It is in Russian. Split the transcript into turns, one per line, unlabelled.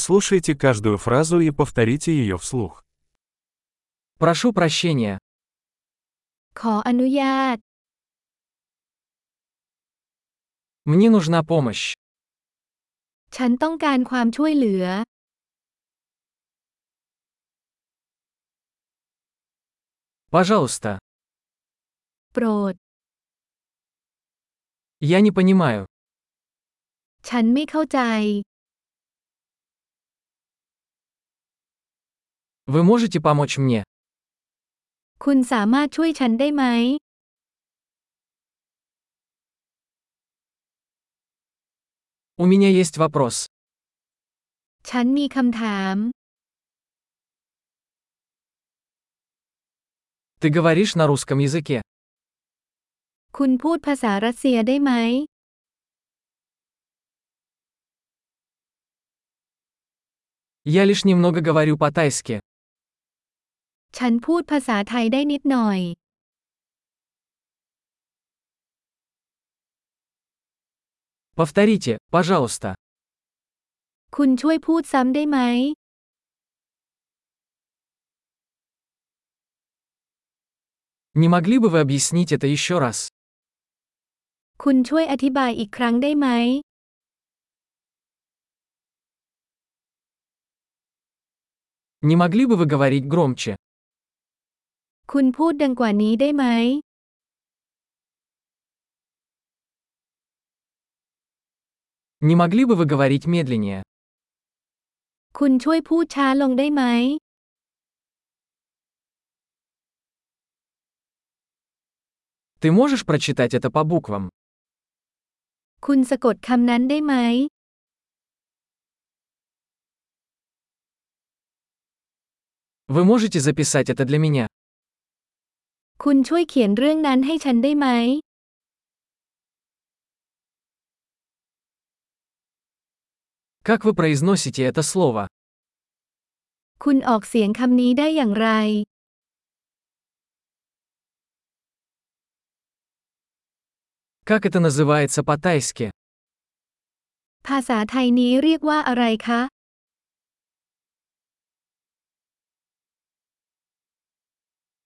Прослушайте каждую фразу и повторите ее вслух.
Прошу прощения.
ขออนุญาต
Мне нужна помощь.
ฉันต้องการความช่วยเหลือ
Пожалуйста.
โปรด
Я не понимаю.
ฉันไม่เข้าใจ
Вы можете помочь мне?
คุณสามารถช่วยฉันได้ไหม
У меня есть вопрос.
ฉันมีคำถาม
Ты говоришь на русском языке?
คุณพูดภาษารัสเซียได้ไหม
Я лишь немного говорю по-тайски.
ฉันพูดภาษาไทยได้นิดหน่อย
Повторите, пожалуйста.
คุณช่วยพูดซ้ำได้ไหม
Не могли бы вы объяснить это еще раз?
คุณช่วยอธิบายอีกครั้งได้ไหม
Не могли бы вы говорить громче?
คุณพูดดังกว่านี้ได้ไหม
Не могли бы вы говорить медленнее?
คุณช่วยพูดช้าลงได้ไหม
Ты можешь прочитать это по буквам?
คุณสะกดคำนั้นได้ไหม
Вы можете записать это для меня?
คุณช่วยเขียนเรื่องนั้นให้ฉันได้ไหม
Как вы произносите это слово?
คุณออกเสียงคำนี้ได้อย่างไร
Как это называется по-тайски?
ภาษาไทยนี้เรียกว่าอะไรคะ